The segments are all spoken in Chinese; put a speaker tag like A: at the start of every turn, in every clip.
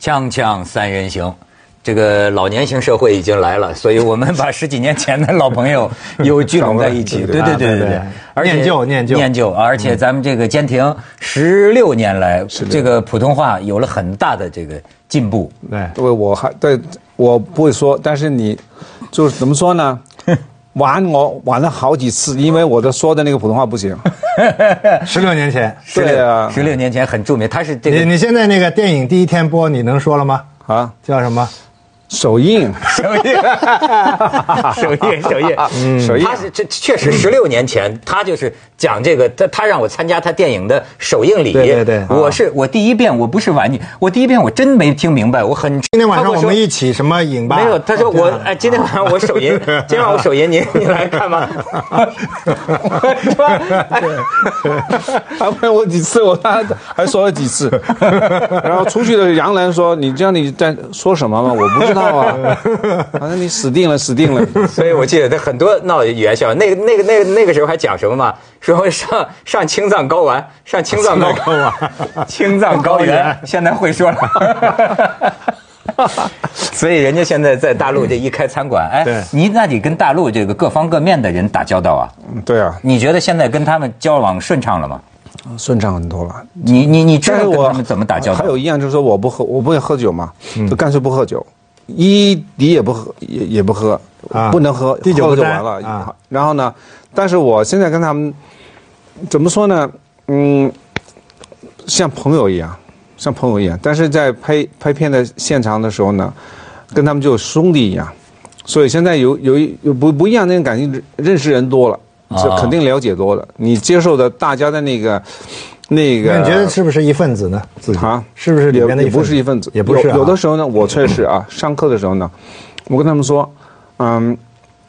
A: 锵锵三人行，这个老年型社会已经来了，所以我们 把十几年前的老朋 友又聚拢在一起。对对对对对，而且
B: 念旧念旧
A: 念旧，而且咱们这个坚挺十六年来，这个普通话有了很大的这个进步。
B: 对，
C: 对，我还对我不会说，但是你就是怎么说呢？ 玩我玩了好几次，因为我的说的那个普通话不行。
B: 十六年前，
C: 对啊，
A: 十六年前很著名，他是这
B: 你
A: 个
B: 你现在那个电影第一天播，你能说了吗？
C: 啊，
B: 叫什么？
C: 手印，
A: 首页，首 页，首页，
C: 手
A: 嗯
C: 印
A: 他是这确实十六年前，他就是讲这个，他他让我参加他电影的首映礼。
B: 对对对啊
A: 我是我第一遍我不是玩你，我第一遍我真没听明白，我很
B: 今天晚上我
A: 他跟
B: 们
A: 说
B: 一起什么影吧？啊
A: 没有，他说我哎，今天晚上我首映， 今天晚上我首映，您您来看吗？我说哎
C: 还问我几次，我他还说了几次。然后出去的杨澜说：“你知道你在说什么吗？我不知道啊。”反正你死定了，死定了。
A: 所以我记得他很多闹元宵，那个那个那个那个时候还讲什么嘛？说上上青藏高原，上青藏高 原，青藏高原，现在会说了。 所以人家现在在大陆这一开餐馆，
B: 对
A: 哎，你那得跟大陆这个各方各面的人打交道啊。
C: 嗯 对啊，
A: 你觉得现在跟他们交往顺畅了吗？
C: 嗯顺畅很多了。
A: 你你你知
C: 但
A: 道
C: 是
A: 跟
C: 我
A: 他们怎么打交道嗯
C: 还？有一样就是说，我不喝，我不会喝酒嘛，就干脆不喝酒，一滴也不喝，也也不喝
B: 啊，
C: 不能喝，
B: 滴酒
C: 喝了
B: 不
C: 就
B: 沾
C: 完了
B: 啊。
C: 然后呢，但是我现在跟他们怎么说呢？嗯，像朋友一样，像朋友一样。但是在拍拍片的现场的时候呢，跟他们就兄弟一样。所以现在有有一有不不一样那种感情，认识人多了，
A: 啊
C: 就肯定了解多了。你接受的大家的那个那个，
B: 那你觉得是不是一份子呢？自己
C: 啊，
B: 是不是里
C: 也
B: 面的一
C: 也
B: 份子
C: 不是一份子，
B: 也不是啊
C: 有。有的时候呢，我确实 啊，上课的时候呢，我跟他们说，嗯，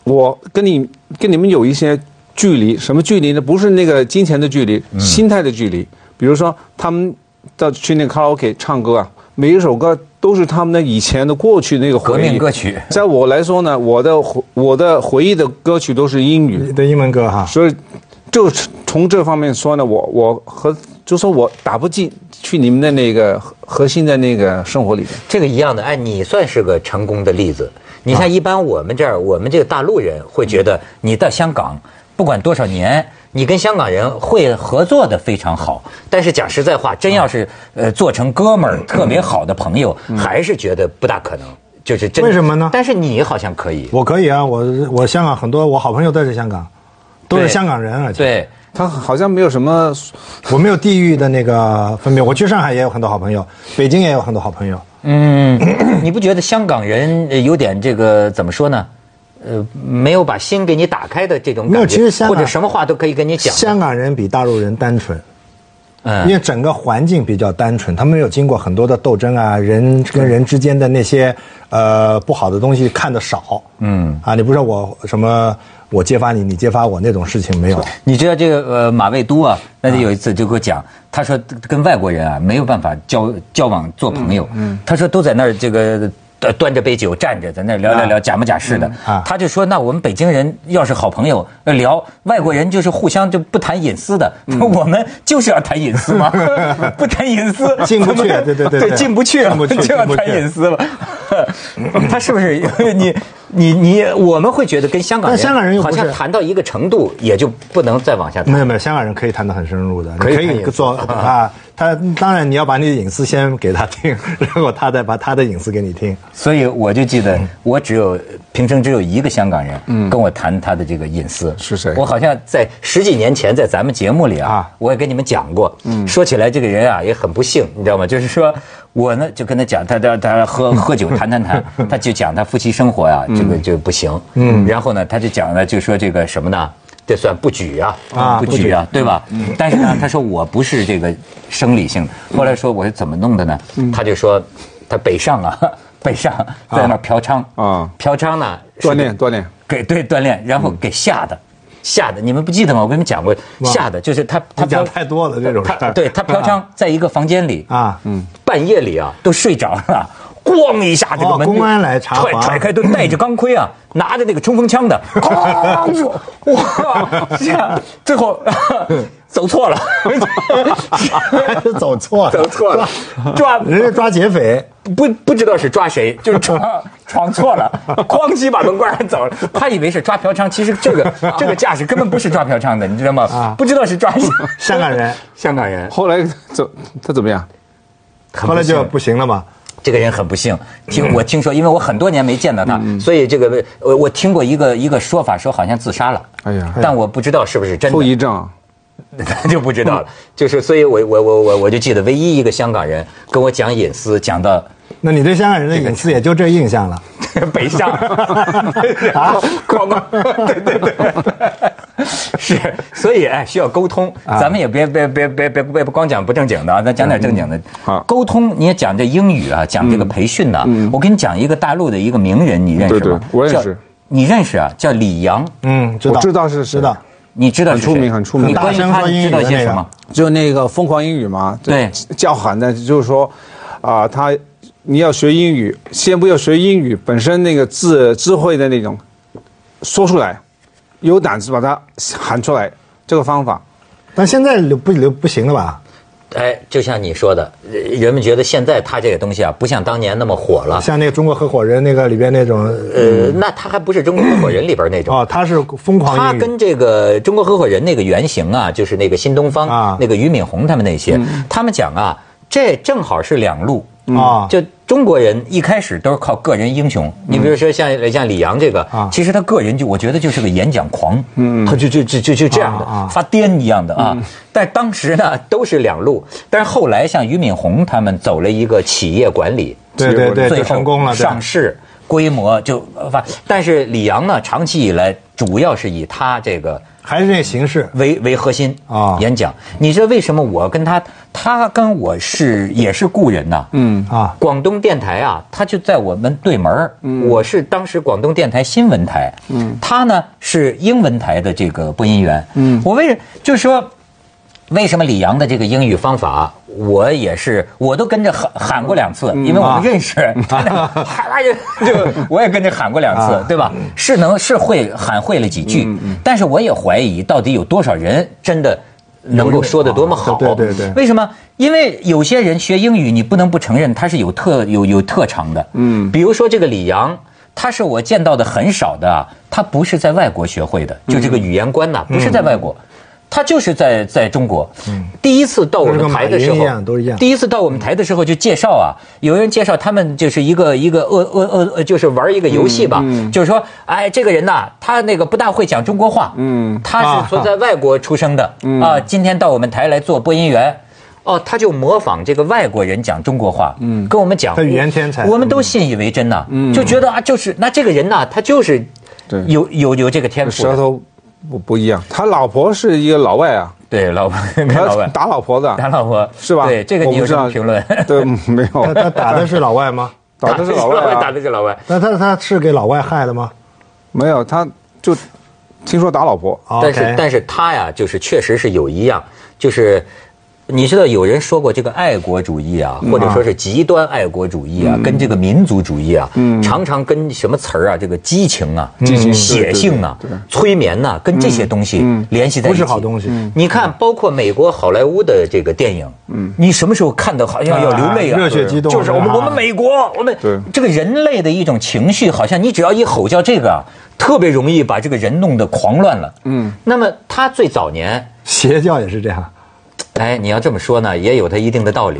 C: 我跟你跟你们有一些距离，什么距离呢？不是那个金钱的距
B: 嗯
C: 离，心态的距离。比如说，他们到去那个卡拉 OK 唱歌啊，每一首歌都是他们的以前的过去那个
A: 革
C: 回忆
A: 命歌。曲。
C: 在我来说呢，我的回我的回忆的歌曲都是英语，
B: 你的英文歌哈，
C: 所以，就从这方面说呢，我我和就说我打不进去你们的那个核核心的那个生活里边。
A: 这个一样的，哎，你算是个成功的例子。你
B: 啊
A: 像一般我们这儿，我们这个大陆人会觉得你到香港，不管多少年，你跟香港人会合作的非常好。但是讲实在话，真要
B: 啊
A: 是呃做成哥们儿、特别好的朋友，还是觉得不大可能。就是真
B: 嗯为什么呢
A: 但是你好像可以，
B: 我可以啊，我我香港很多我好朋友都在香港，都是
A: 对
B: 香港人，而且
A: 对，
C: 他好像没有什么，
B: 我没有地域的那个分别。我去上海也有很多好朋友，北京也有很多好朋友。
A: 嗯， 你不觉得香港人呃有点这个怎么说呢？呃，没有把心给你打开的这种感觉，
B: 没有其实香
A: 或
B: 港
A: 者什么话都可以跟你讲的。
B: 香港人比大陆人单纯，
A: 嗯
B: 因为整个环境比较单纯，他们没有经过很多的斗争啊，人跟人之间的那些呃不好的东西看得少。嗯，啊，你不说我什么我揭发你，你揭发我那种事情没有。
A: 你知道这个呃马未都啊，那就有一次就给我讲，他说跟外国人啊没有办法交交往做朋友，
B: 嗯
A: 他说都在那儿这个。呃端着杯酒站着，在那儿聊聊聊，假模假式的。
B: 啊
A: 他就说：“那我们北京人要是好朋友呃聊，外国人就是互相就不谈隐私的。
B: 嗯
A: 我们就是要谈隐私嘛， 不谈隐私
B: 进不去
A: 我们
B: 对对对
A: 对，
B: 对
A: 进不去，
B: 进不去
A: 就要
B: 进不
A: 谈
B: 去
A: 隐私了。他是不是 你你你？我们会觉得跟香港人，
B: 但香港人又
A: 好
B: 不是
A: 像谈到一个程度，也就不能再往下谈。”
B: 没有没有，香港人可以谈得很深入的，你
A: 可以
B: 可
A: 谈
B: 以
A: 隐私
B: 做啊。他当然你要把你的隐私先给他听， 然后他再把他的隐私给你听。
A: 所以我就记得，我只有平生只有一个香港人，跟我谈他的这个隐私
C: 是谁
A: 我好像在十几年前在咱们节目里啊嗯
B: 啊，
A: 我也跟你们讲过。说起来这个人啊也很不幸，你知道吗？就是说我呢就跟他讲，他他他喝喝酒谈谈 谈，他就讲他夫妻生活呀，这个就不行。嗯，然后呢他就讲了，就说这个什么呢？这算不举啊，
B: 啊
A: 不举啊，对吧？
B: 嗯
A: 但是呢，他说我不是这个生理性的。后来说我是怎么弄的呢？
B: 嗯
A: 他就说他北上啊， 北上在那儿嫖娼
C: 啊
A: 嫖娼呢是
C: 锻炼锻炼，
A: 给对锻炼，然后给吓的，
B: 嗯
A: 吓的，你们不记得吗？我跟你们讲过，吓的就是他他
B: 你
A: 嫖
B: 讲太多了这种事
A: 他
B: 儿。
A: 对他嫖娼在一个房间里
B: 啊，
A: 嗯，半夜里啊都睡着了，咣一下，这个门就
B: 哦公安来查
A: 踹
B: 房
A: 踹开，都戴着钢 盔啊，拿着那个冲锋枪的，哐就哇，这样最后 走错 了，
B: 走错了，
A: 走错了，抓
B: 人家抓劫匪，
A: 不不知道是抓谁，就是闯闯错了，哐叽把门关上走了。他以为是抓嫖娼，其实这个这个架势根本不是抓嫖娼的，你知道吗？不知道是 抓
B: 啊香 港人，
A: 香港人。
C: 后来怎他怎么样？
A: 很
B: 后来
A: 不幸
B: 就不行了嘛。
A: 这个人很不幸，
C: 嗯
A: 听我听说，因为我很多年没见到他，所以这个我我听过一个一个说法，说好像自杀了。
C: 哎呀
A: 但我不知道是不是真的。
C: 后遗症。啊
A: 咱 就不知道了。就是，所以我我我我我就记得，唯一一个香港人跟我讲隐私，讲到
B: 那你对香港人的隐私也就这印象了。
A: 北上 啊，广告， 对对 对，是，所以哎，需要沟通，
C: 啊
A: 咱们也别别别别别别光讲不正经的啊，咱讲点正经的。
C: 嗯好嗯
A: 沟通你也讲这英语啊，讲这个培训呐。我跟你讲一个大陆的一个名人，你认识吗？
C: 对对我认
A: 叫
C: 识。
A: 你认识啊？叫李阳，
B: 嗯，知
C: 我
B: 道，
C: 知道是谁
B: 知道。
A: 你知道是谁
C: 很出名很出名
A: 你关于
B: 大声
A: 他
B: 说英语
A: 知道
B: 的
A: 些
B: 那个
A: 什么？
C: 就那个疯狂英语嘛，就
A: 对
C: 叫喊的，就是说，啊、他你要学英语，先不要学英语本身那个智智慧的那种，说出来，有胆子把它喊出来，这个方法。
B: 但现在流不流不行了吧？
A: 哎，就像你说的，呃人们觉得现在他这个东西啊，不像当年那么火了。
B: 像那个《中国合伙人》那个里边那种，
A: 呃，那他还不是中国合伙人里边那种。
B: 哦，他是疯
A: 他
B: 狂英语，
A: 跟这个中国合伙人那个原型啊，就是那个新东方、
B: 啊嗯
A: 那个俞敏洪他们那些，他们讲啊，这正好是两路。
B: 啊嗯
A: 就中国人一开始都是靠个人英雄，你比如说像像李阳这个
B: 啊，嗯
A: 其实他个人就我觉得就是个演讲狂，他就就就就就这样
B: 啊嗯
A: 的
B: 啊
A: 发癫一样的啊。但当时呢都是两路，但是后来像俞敏洪他们走了一个企业管理，
B: 对对对，
A: 最
B: 就
A: 后
B: 成功了，对
A: 上市规模就呃发，但是李阳呢，长期以来主要是以他这个
B: 还是那形式，
A: 为为核心
B: 啊
A: 演讲。你知道为什么我跟他，他跟我是也是故人呐？嗯
B: 啊，
A: 广东电台啊，他就在我们对门儿我是当时广东电台新闻台，嗯，他呢是英文台的这个播音员，嗯，我为就是说。为什么李阳的这个英语方法，我也是，我都跟着喊喊过两次，因为我们认识， 他那喊啊就 就我也跟着喊过两次，对吧？是能是会喊会了几句，但是我也怀疑到底有多少人真的能够说得多么好。
B: 对对对
A: 为什么？因为有些人学英语，你不能不承认他是有特有有特长的。嗯，比如说这个李阳。他是我见到的很少的啊，他不是在外国学会的，就这
B: 嗯
A: 个语言观呐、不是在外国，他就是在在中国。第一次到我
B: 嗯就是
A: 们
B: 跟
A: 台的
B: 马云
A: 时候，
B: 一样都一样
A: 第一次到我们台的时候就介绍啊，有人介绍他们就是一个一个呃呃呃呃，就是玩一个游戏吧，
C: 嗯
A: 就是说，哎，这个人呐、他那个不大会讲中国话，嗯，他是说在外国出生的啊、
C: 嗯
A: 今天到我们台来做播音员。哦，他就模仿这个外国人讲中国话，嗯，跟我们讲，
B: 他语言天才
A: 我们都信以为真呐、就觉得啊，就是那这个人呐、他就是
C: 嗯对
A: 有有有这个天赋
C: 舌
A: 的，
C: 头不不一样。他老婆是一个老外 啊，
A: 对，老婆，老
C: 他
A: 板，
C: 打老婆的，
A: 打老婆
C: 是吧？
A: 对，这个你有什
C: 我
A: 么
C: 不知道
A: 评论？
C: 对，没
B: 他他
C: 有，
B: 打的是老外吗？
C: 打的是老外、
A: 打
C: 啊，
A: 的 是老外。
B: 那他他是给老外害的吗？
C: 没有，他就听说打老婆，
A: 但是
B: 哦 OK
A: 但是他呀，就是确实是有一样，就是你知道有人说过这个爱国主义啊，
B: 嗯
A: 或者说是极端爱国主义啊，跟这个民族主义啊，
B: 嗯
A: 常常跟什么词儿啊，这个激情啊、
C: 情
A: 血性啊、催眠呐、跟这些东西联系在一
B: 嗯不
A: 起。嗯
B: 是好东西。
A: 你看，包括美国好莱坞的这个电影，嗯，你什么时候看到好像要流泪啊？
B: 啊热血激动
A: 就是我们
B: 啊
A: 我们美国，我们
C: 对
A: 这个人类的一种情绪，好像你只要一吼叫这个啊，特别容易把这个人弄得狂乱了。嗯，那么他最早年。
B: 邪教也是这样，
A: 哎，你要这么说呢，也有他一定的道理。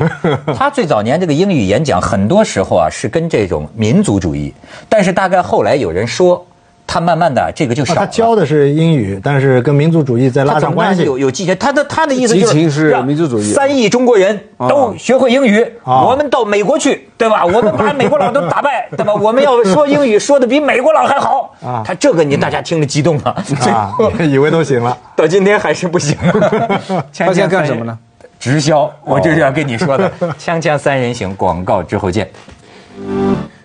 A: 他最早年这个英语演讲，很多时候啊是跟这种民族主义，但是大概后来有人说，他慢慢的这个就
B: 啊
A: 少
B: 他
A: 了。
B: 教的是英语，但是跟民族主义在
A: 他
B: 拉
A: 怎
B: 上
A: 么
B: 关
A: 样
B: 系。
A: 有有激情？他的他的意思就
C: 激
A: 是
C: 情是
A: 让
C: 民族主义啊
A: 三亿中国人都学会英语，
B: 啊
A: 我们到美国去，对吧？我们把美国佬都打败，对吧？我们要说英语说的比美国佬还好。
B: 啊
A: 他这个你大家听着激动啊，最
B: 啊
A: 后，
B: 以为都行了。
A: 到今天还是不行 啊。
C: 他现在干什么呢？哦
A: 直销，我就是要跟你说 的。锵锵三人行，广告之后见。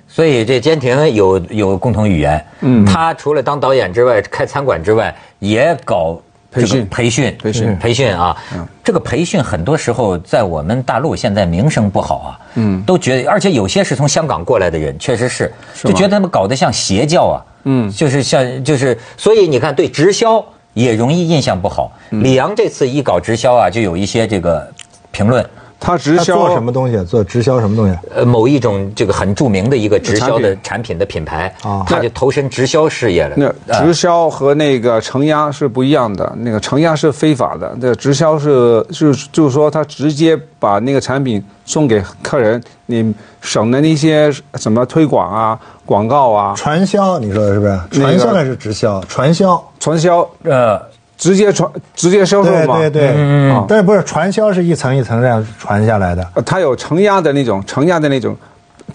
A: 所以这坚挺有有共同语言，嗯，他除了当导演之外，开餐馆之外，也搞这个培
C: 培训
A: 训
C: 培训
A: 培训啊，这个培训很多时候在我们大陆现在名声不好啊，嗯，都觉得，而且有些是从香港过来的人，确实是，就觉得他们搞得像邪教啊，嗯，就是像就是，所以你看对直销也容易印象不好。李阳这次一搞直销啊，就有一些这个评论。
C: 他直
B: 他
C: 销
B: 做什么东西？做直销什么东西？
A: 呃，某一种这个很著名的一个直销的产品的品牌，
B: 啊
A: 他就投身直销事业了。啊
C: 那直销和那个承压是不一样的，那个承压是非法的，那直销是是就是说他直接把那个产品送给客人，你省的那些什么推广啊、广告啊、
B: 传销，你说的是不是？
C: 那个
B: 传销还是直销？传销。
C: 传销，
A: 呃，
C: 直接传直接销售
B: 对
C: 嘛。
B: 对对，
C: 啊
B: 但是不是传销是一层一层这样传下来的？
C: 呃它有承压的那种承压的那种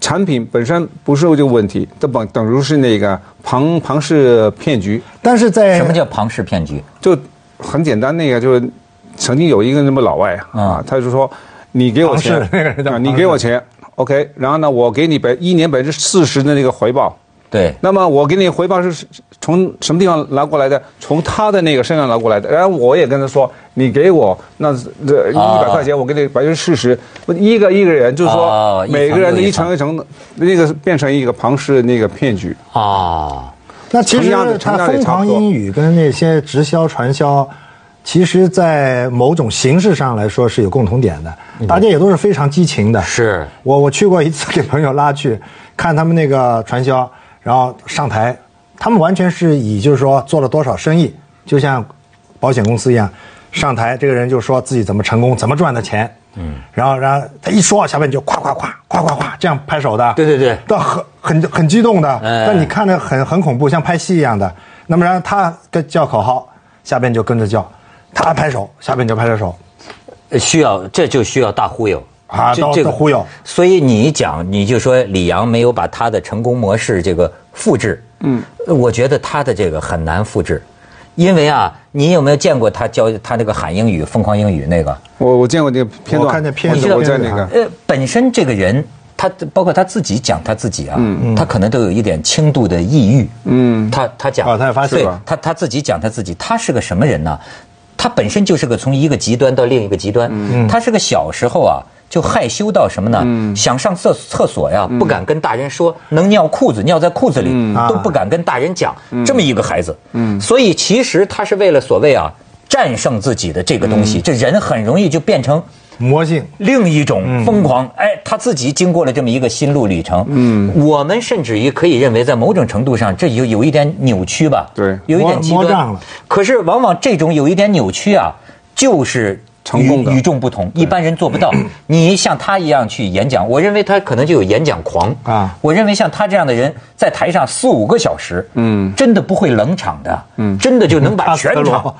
C: 产品本身不是这个问题，它等等如是那个庞庞氏骗局，
B: 但是在
A: 什么叫庞氏骗局？
C: 就很简单那个就是曾经有一个那么老外啊，
A: 啊
C: 他就说你给我钱
B: 庞氏那个人叫
C: 啊
B: 庞氏
C: 你给我钱，OK，然后呢我给你百一年百分之四十的那个回报。
A: 对，
C: 那么我给你回报是从什么地方拿过来的？从他的那个身上拿过来的。然后我也跟他说，你给我那这一
A: 啊
C: 百块钱，我给你百分之四十，一个一个人，就是
A: 哦
C: 说
A: 一层
C: 每个人
A: 又
C: 的
A: 一
C: 一层一层，那个变成一个庞氏的那个骗局。
A: 啊，
B: 那其实
C: 同样的
B: 它
C: 同样的
B: 疯
C: 差
B: 狂
C: 不多
B: 英语跟那些直销传销，其实，在某种形式上来说是有共同点的，大家也都是非常激情的。
A: 是
B: 我我去过一次，给朋友拉去看他们那个传销，然后上台，他们完全是以就是说做了多少生意，就像保险公司一样，上台这个人就说自己怎么成功，怎么赚的钱，嗯，然后然后他一说，下面就夸夸夸夸夸夸这样拍手的，
A: 对对对
B: 但很很很激动的，
A: 哎
B: 但你看着很很恐怖，像拍戏一样的。那么然后他跟叫口号，下边就跟着叫，他拍手，下边就拍着手，
A: 呃需要这就需要大忽悠
B: 啊
A: 这
B: 到
A: 这个
B: 到忽悠。
A: 所以你一讲，你就说李阳没有把他的成功模式这个复制，嗯，我觉得他的这个很难复制，因为啊，你有没有见过他教他那个喊英语、疯狂英语那个？
C: 我我见过那个片段，
B: 我看见片
C: 我
B: 子
C: 记得我
B: 片
C: 在
B: 子
C: 那
B: 啊
C: 个
A: 呃，本身这个人，他包括他自己讲他自己啊，他可能都有一点轻度的抑郁。嗯，他他讲，
B: 哦他也发现
A: 对
B: 了
A: 他他自己讲他自己，他是个什么人呢？他本身就是个从一个极端到另一个极端。他是个小时候啊。就害羞到什么呢？想上厕厕所呀，不敢跟大人说，能尿裤子，尿在裤子里、都不敢跟大人讲。这么一个孩子，所以其实他是为了所谓啊战胜自己的这个东西，这人很容易就变成
B: 魔性。
A: 另一种疯狂，哎，他自己经过了这么一个心路旅程。嗯，我们甚至于可以认为，在某种程度上，这有有一点扭曲吧？
C: 对
A: 有一点极
B: 摸摸
A: 端
B: 胀了。
A: 可是，往往这种有一点扭曲啊，就是
C: 成功的
A: 与与众不同，一般人做不到。你像他一样去演讲，我认为他可能就有演讲狂
B: 啊
A: 我认为像他这样的人，在台上四五个小时，嗯，真的不会冷场的，嗯，真的就能把
B: 阿斯
A: 全
B: 特罗
A: 场。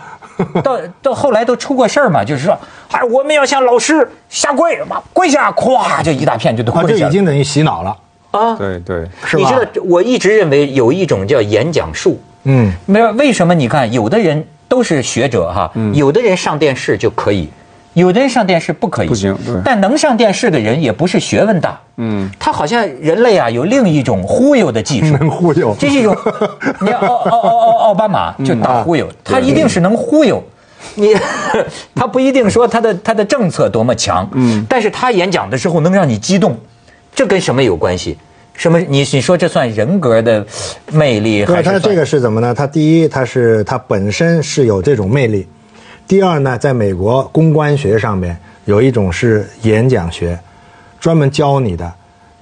A: 到到后来都出过事儿嘛，就是说，哎，我们要向老师下跪，妈跪下，咵，就一大片就都
B: 啊，
A: 跪
B: 就
A: 下
B: 已
A: 了
B: 经等于洗脑了，
A: 啊。
C: 对对，
B: 是吧？
A: 你知道，我一直认为有一种叫演讲术，
B: 嗯，
A: 没有为什么？你看，有的人都是学者哈，
B: 嗯
A: 有的人上电视就可以，有的人上电视不可以，
C: 不行对
A: 但能上电视的人也不是学问大，嗯，他好像人类啊有另一种忽悠的技术，
B: 能忽悠。
A: 这是一种， 你哦看奥奥奥奥奥巴马就打忽悠，他一定是能忽悠。嗯啊你， 他不一定说他的他的政策多么强，嗯，但是他演讲的时候能让你激动，这跟什么有关系？什么？你你说这算人格的魅力还
B: 对
A: 是
B: 他
A: 算？
B: 这个是怎么呢？他第一，他是他本身是有这种魅力；第二呢，在美国公关学上面有一种是演讲学，专门教你的，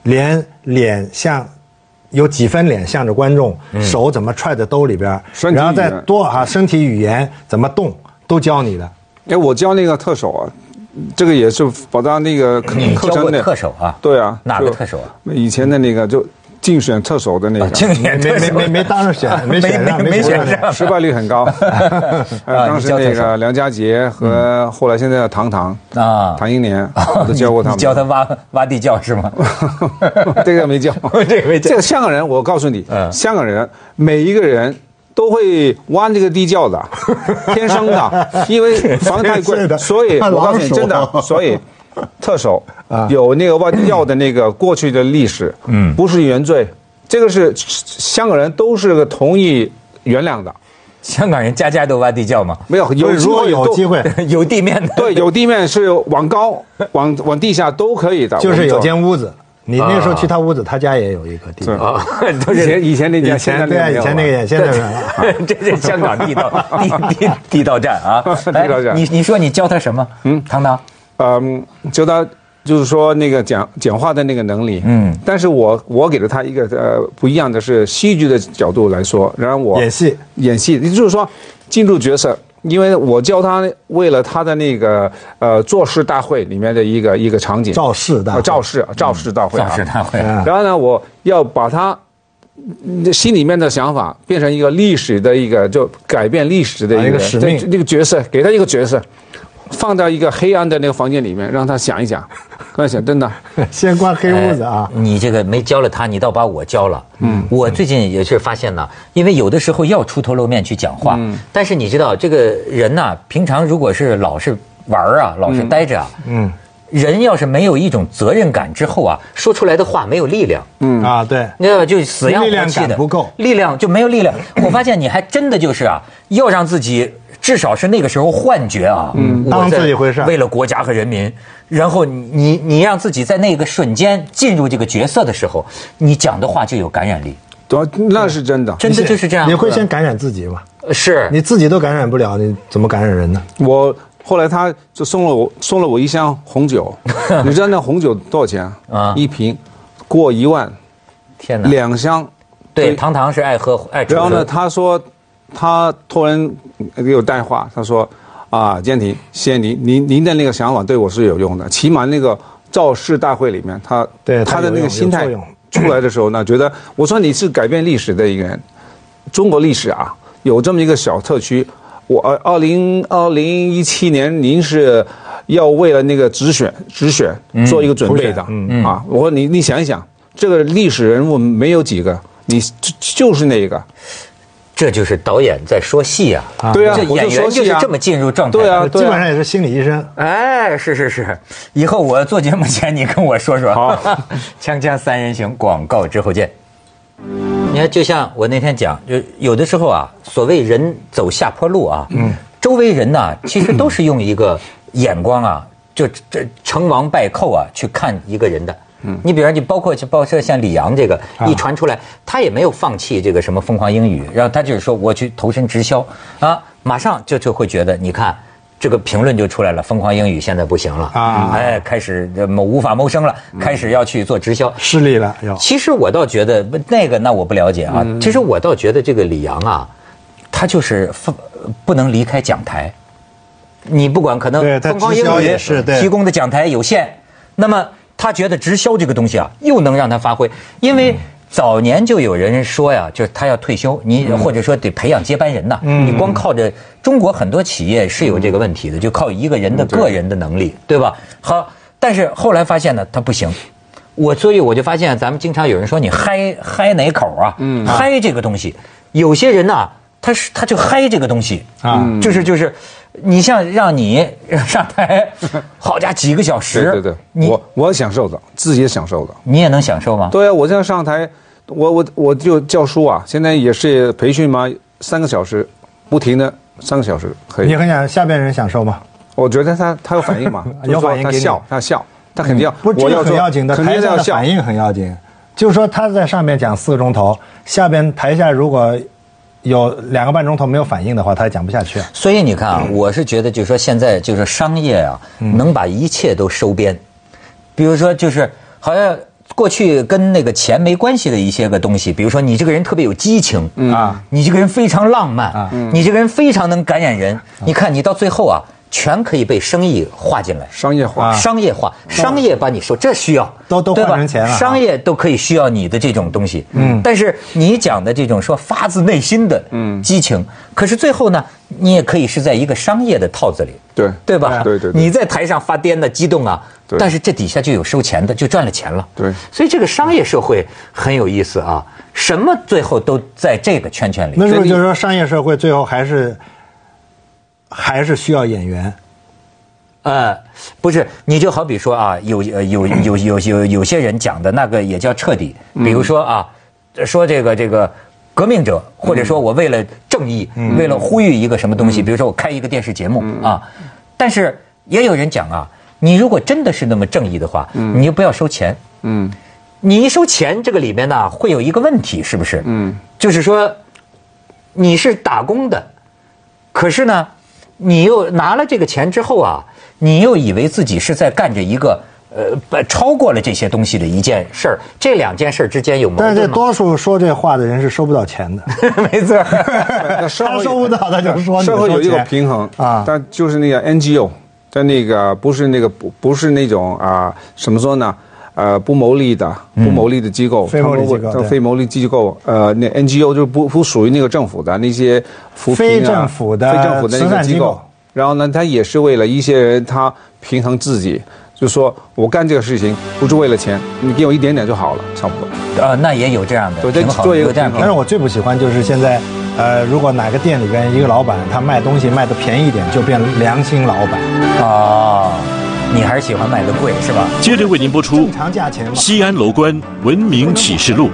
B: 连脸向有几分脸向着观众，手怎么揣在兜里边儿，
C: 身体
B: 然后再
C: 语言
B: 多啊身体语言怎么动都教你的。
C: 哎，我教那个特首啊，这个也是把他那个课
A: 你
C: 课
A: 教过
C: 程的
A: 特首啊？
C: 对啊，
A: 哪个
C: 就
A: 特首啊？
C: 以前的那个就竞选特首的那个，
A: 青年
B: 没
A: 特
B: 没
A: 首
B: 没没当上选，
A: 没
B: 选上，
A: 没没
B: 选
A: 选上
C: 失败率很高。还有当
A: 啊你
C: 时
A: 教特
C: 那
A: 首
C: 个梁家杰和后来现在的唐唐
A: 嗯啊
C: 唐英年，我都教过他
A: 你
C: 们。
A: 你教他挖挖地窖是吗？
C: 这个没教，
A: 这个没教
C: 这个香港人，我告诉你，
A: 嗯
C: 香港人每一个人。都会挖这个地 窖的，天生的，因为房太
B: 是
C: 贵
B: 的，
C: 所以
B: 怕
C: 我告诉
B: 老
C: 你，
B: 鼠
A: 啊
C: 真的，所以特首
B: 啊
C: 有那个挖地窖的那个过去的历史，嗯，不是原罪，这个是香港人都是同意原谅的，
A: 香港人家家都挖地窖吗？
C: 没有有
B: 如果有
C: 都
B: 机会，
A: 有地面的，
C: 对，有地面是往高、往往地下都可以的，
B: 就是有
C: 间
B: 间屋子。你那个时候去他屋子，他家也有一个地窖。
A: 啊，都
C: 以前
A: 是
C: 以前那家，
B: 以前
C: 现在
B: 对啊，
C: 那
B: 以
C: 个
B: 前那
C: 没
B: 个
C: 有了
B: 也现在没有了。
A: 这是香港地道地地地道战啊！哎
C: 地道战
A: 你你说你教他什么？嗯，唐唐，
C: 嗯，就他就是说那个讲讲话的那个能力，
A: 嗯，
C: 但是我我给了他一个呃不一样的是戏剧的角度来说，然后我
B: 演戏
C: 演戏，也就是说进入角色，因为我教他为了他的那个呃做事大会里面的一个一个场景，
B: 赵氏大
C: 呃
B: 会
C: 赵氏赵氏大会啊，
A: 造势大会，
B: 嗯
C: 然后呢，我要把他嗯心里面的想法变成一个历史的一个，就改变历史的一
B: 啊
C: 个,、
B: 一个使命
C: 那个角色，给他一个角色，放到一个黑暗的那个房间里面，让他想一 想，让他想，真的，
B: 先关黑屋子啊
A: 哎，你这个没教了他，你倒把我教了。嗯，我最近也是发现呢，因为有的时候要出头露面去讲话，但是你知道这个人呐、平常如果是老是玩儿啊，老是待着啊，
B: 嗯
A: 人要是没有一种责任感之后啊，说出来的话没有力量。
C: 嗯
B: 啊，对，
A: 那个就死样
B: 力量
A: 活气的
B: 感不够
A: 力量就没有力量。我发现你还真的就是啊，要让自己至少是那个时候幻觉啊，嗯
B: 当自己回事儿
A: 为了国家和人民，然后你你你让自己在那个瞬间进入这个角色的时候，你讲的话就有感染力，
C: 对，那是真的。
A: 真的就是这样。呃
B: 你会先感染自己嘛？
A: 是
B: 你自己都感染不了，你怎么感染人呢？
C: 我后来他就送了我送了我一箱红 酒，你知道那红酒多少钱
A: 啊
C: 一瓶过一万，
A: 天哪！
C: 两箱。
A: 对，糖糖是爱喝爱吃。
C: 然后呢，他说他托人给我带话，他说啊，建廷，谢谢您，您您的那个想法对我是有用的，起码那个造势大会里面，他
B: 对
C: 他
B: 它
C: 的
B: 有
C: 那个
B: 用
C: 心态
B: 有作用
C: 出来的时候呢，觉得我说你是改变历史的一个人，中国历史啊，有这么一个小特区。我呃，二零二零一七年，您是要为了那个直选直选做一个准备的，啊，我说你你想一想，这个历史人物没有几个，你就就是那个，
A: 这就是导演在说戏啊，
B: 啊
C: 对啊
A: 这，
C: 我
A: 演员
C: 说
A: 就是
C: 戏啊
A: 这么进入状态的。
C: 对啊，
B: 基
C: 对
B: 本
C: 啊。
B: 上也是心理医生。
A: 哎，是是是，以后我做节目前你跟我说说。
C: 好，
A: 锵锵三人行广告之后见。你看，就像我那天讲，就有的时候啊，所谓人走下坡路啊，嗯，周围人呐、其实都是用一个眼光啊，就这成王败寇啊，去看一个人的。嗯，啊你比方你包括就包括像李阳这个一传出来，他也没有放弃这个什么疯狂英语，然后他就是说我去投身直销啊，马上就就会觉得你看。这个评论就出来了，疯狂英语现在不行了
B: 啊
A: 哎，开始这谋无法谋生了，开始要去做直销。
B: 失利了，要嗯
A: 其实我倒觉得不那个，那我不了解啊。其实我倒觉得这个李阳啊，他就是不不能离开讲台。你不管可能
B: 对他
A: 东方
B: 直销
A: 英语
B: 也是对
A: 提供的讲台有限，那么他觉得直销这个东西啊，又能让他发挥，因
B: 嗯
A: 为。早年就有人说呀，就是他要退休，你
B: 嗯
A: 或者说得培养接班人呐。你光靠着中国很多企业是有这个问题的，就靠一个人
B: 嗯
A: 的个人的能力，对吧？好，但是后来发现呢，他不行，我所以我就发现，咱们经常有人说你嗨嗨哪口啊？嗯，嗨这个东西，有些人呐、他是他就嗨这个东西嗯
B: 啊
C: 嗯
A: 就是就是，你像让你 上 台，好家伙几个小时，
C: 对对对，
A: 你
C: 我我享受的，自己也享受的。
A: 你也能享受吗？
C: 对啊，我现在上台，我我我就教书啊，现在也是培训嘛，三个小时，不停的三个小时可
B: 你
C: 以。
B: 很想下边人享受吗？，
C: 我觉得他他有反应嘛 就是
B: 有
C: 说
B: 反应
C: 他
B: 给你嗯
C: 笑，他笑，他肯定要，
B: 不，这
C: 我
B: 个
C: 要
B: 很
C: 做
B: 要紧的，
C: 肯定
B: 台下
C: 要
B: 的
C: 笑
B: 反。应很要紧。就是说他在上面讲四个钟头，下边台下如果有两个半钟头没有反应的话，他也讲不下去。
A: 所以你看啊，我是觉得就是说现在就是商业啊，能把一切都收编，比如说就是好像过去跟那个钱没关系的一些个东西，比如说你这个人特别有激情，
B: 啊，
A: 你这个人非常浪漫，你这个人非常能感染人，你看你到最后啊，全可以被生意化进来。
C: 商业化
B: 啊，
A: 商业化，商业把你说这需要，
B: 都都
A: 对吧
B: 换成钱了啊
A: 商业都可以需要你的这种东西。嗯，但是你讲的这种说发自内心的
B: 嗯
A: 激情，可是最后呢，你也可以是在一个商业的套子里，
C: 对
A: 对吧？
C: 对对对
A: 你在台上发癫的激动啊，
C: 对
A: 但是这底下就有收钱的，就赚了钱了。
C: 对
A: 所以这个商业社会很有意思啊，什么最后都在这个圈圈里。
B: 那时候就是说商业社会最后还是还是需要演员。
A: 呃，不是，你就好比说啊，有呃有有有有有些人讲的那个也叫彻底，比如说啊，说这个这个革命者，或者说我为了正正义，为了呼吁一个什么东西，比如说我开一个电视节目啊，但是也有人讲啊，你如果真的是那么正义的话，你就不要收钱。
C: 嗯
A: 你一收钱，这个里面呢会有一个问题，是不是？
C: 嗯，
A: 就是说你是打工的，可是呢，你又拿了这个钱之后啊，你又以为自己是在干着一个呃不超过了这些东西的一件事儿，这两件事儿之间有矛
B: 但
A: 盾
B: 是
A: 吗？
B: 这多数说这话的人是收不到钱的，
A: 没 错儿，
C: 那社
B: 他
C: 会
B: 收不到他就说你
C: 社
B: 收
C: 会有一个
B: 钱
C: 平衡
B: 啊
C: 但就是那个 NGO，但那个不是那个不不是那种啊，怎么说呢？呃，不牟利的不牟利的机构，
B: 嗯非牟利机构
C: 他们会
B: 对
C: 非牟利机构，呃，那 NGO 就是不不属于那个政府的那些扶贫啊
B: 非政府的
C: 非政府的那
B: 慈
C: 个
B: 善机
C: 机构
B: 构。
C: 然后呢，他也是为了一些人，他平衡自己，就说我干这个事情不是为了钱，你给我一点点就好了，差不多。
A: 呃，那也有这样的
C: 对
A: 平
C: 做
A: 衡，
C: 一个
A: 有这样
C: 平
A: 平
B: 但
A: 衡
B: 是我最不喜欢就是现在，呃，如果哪个店里边一个老板他卖东西卖的便宜一点，就变良心老板，
A: 哦，你还是喜欢买的贵是吧？
D: 接着为您播出
B: 正常价钱嘛
D: 《西安楼观文明启示录》。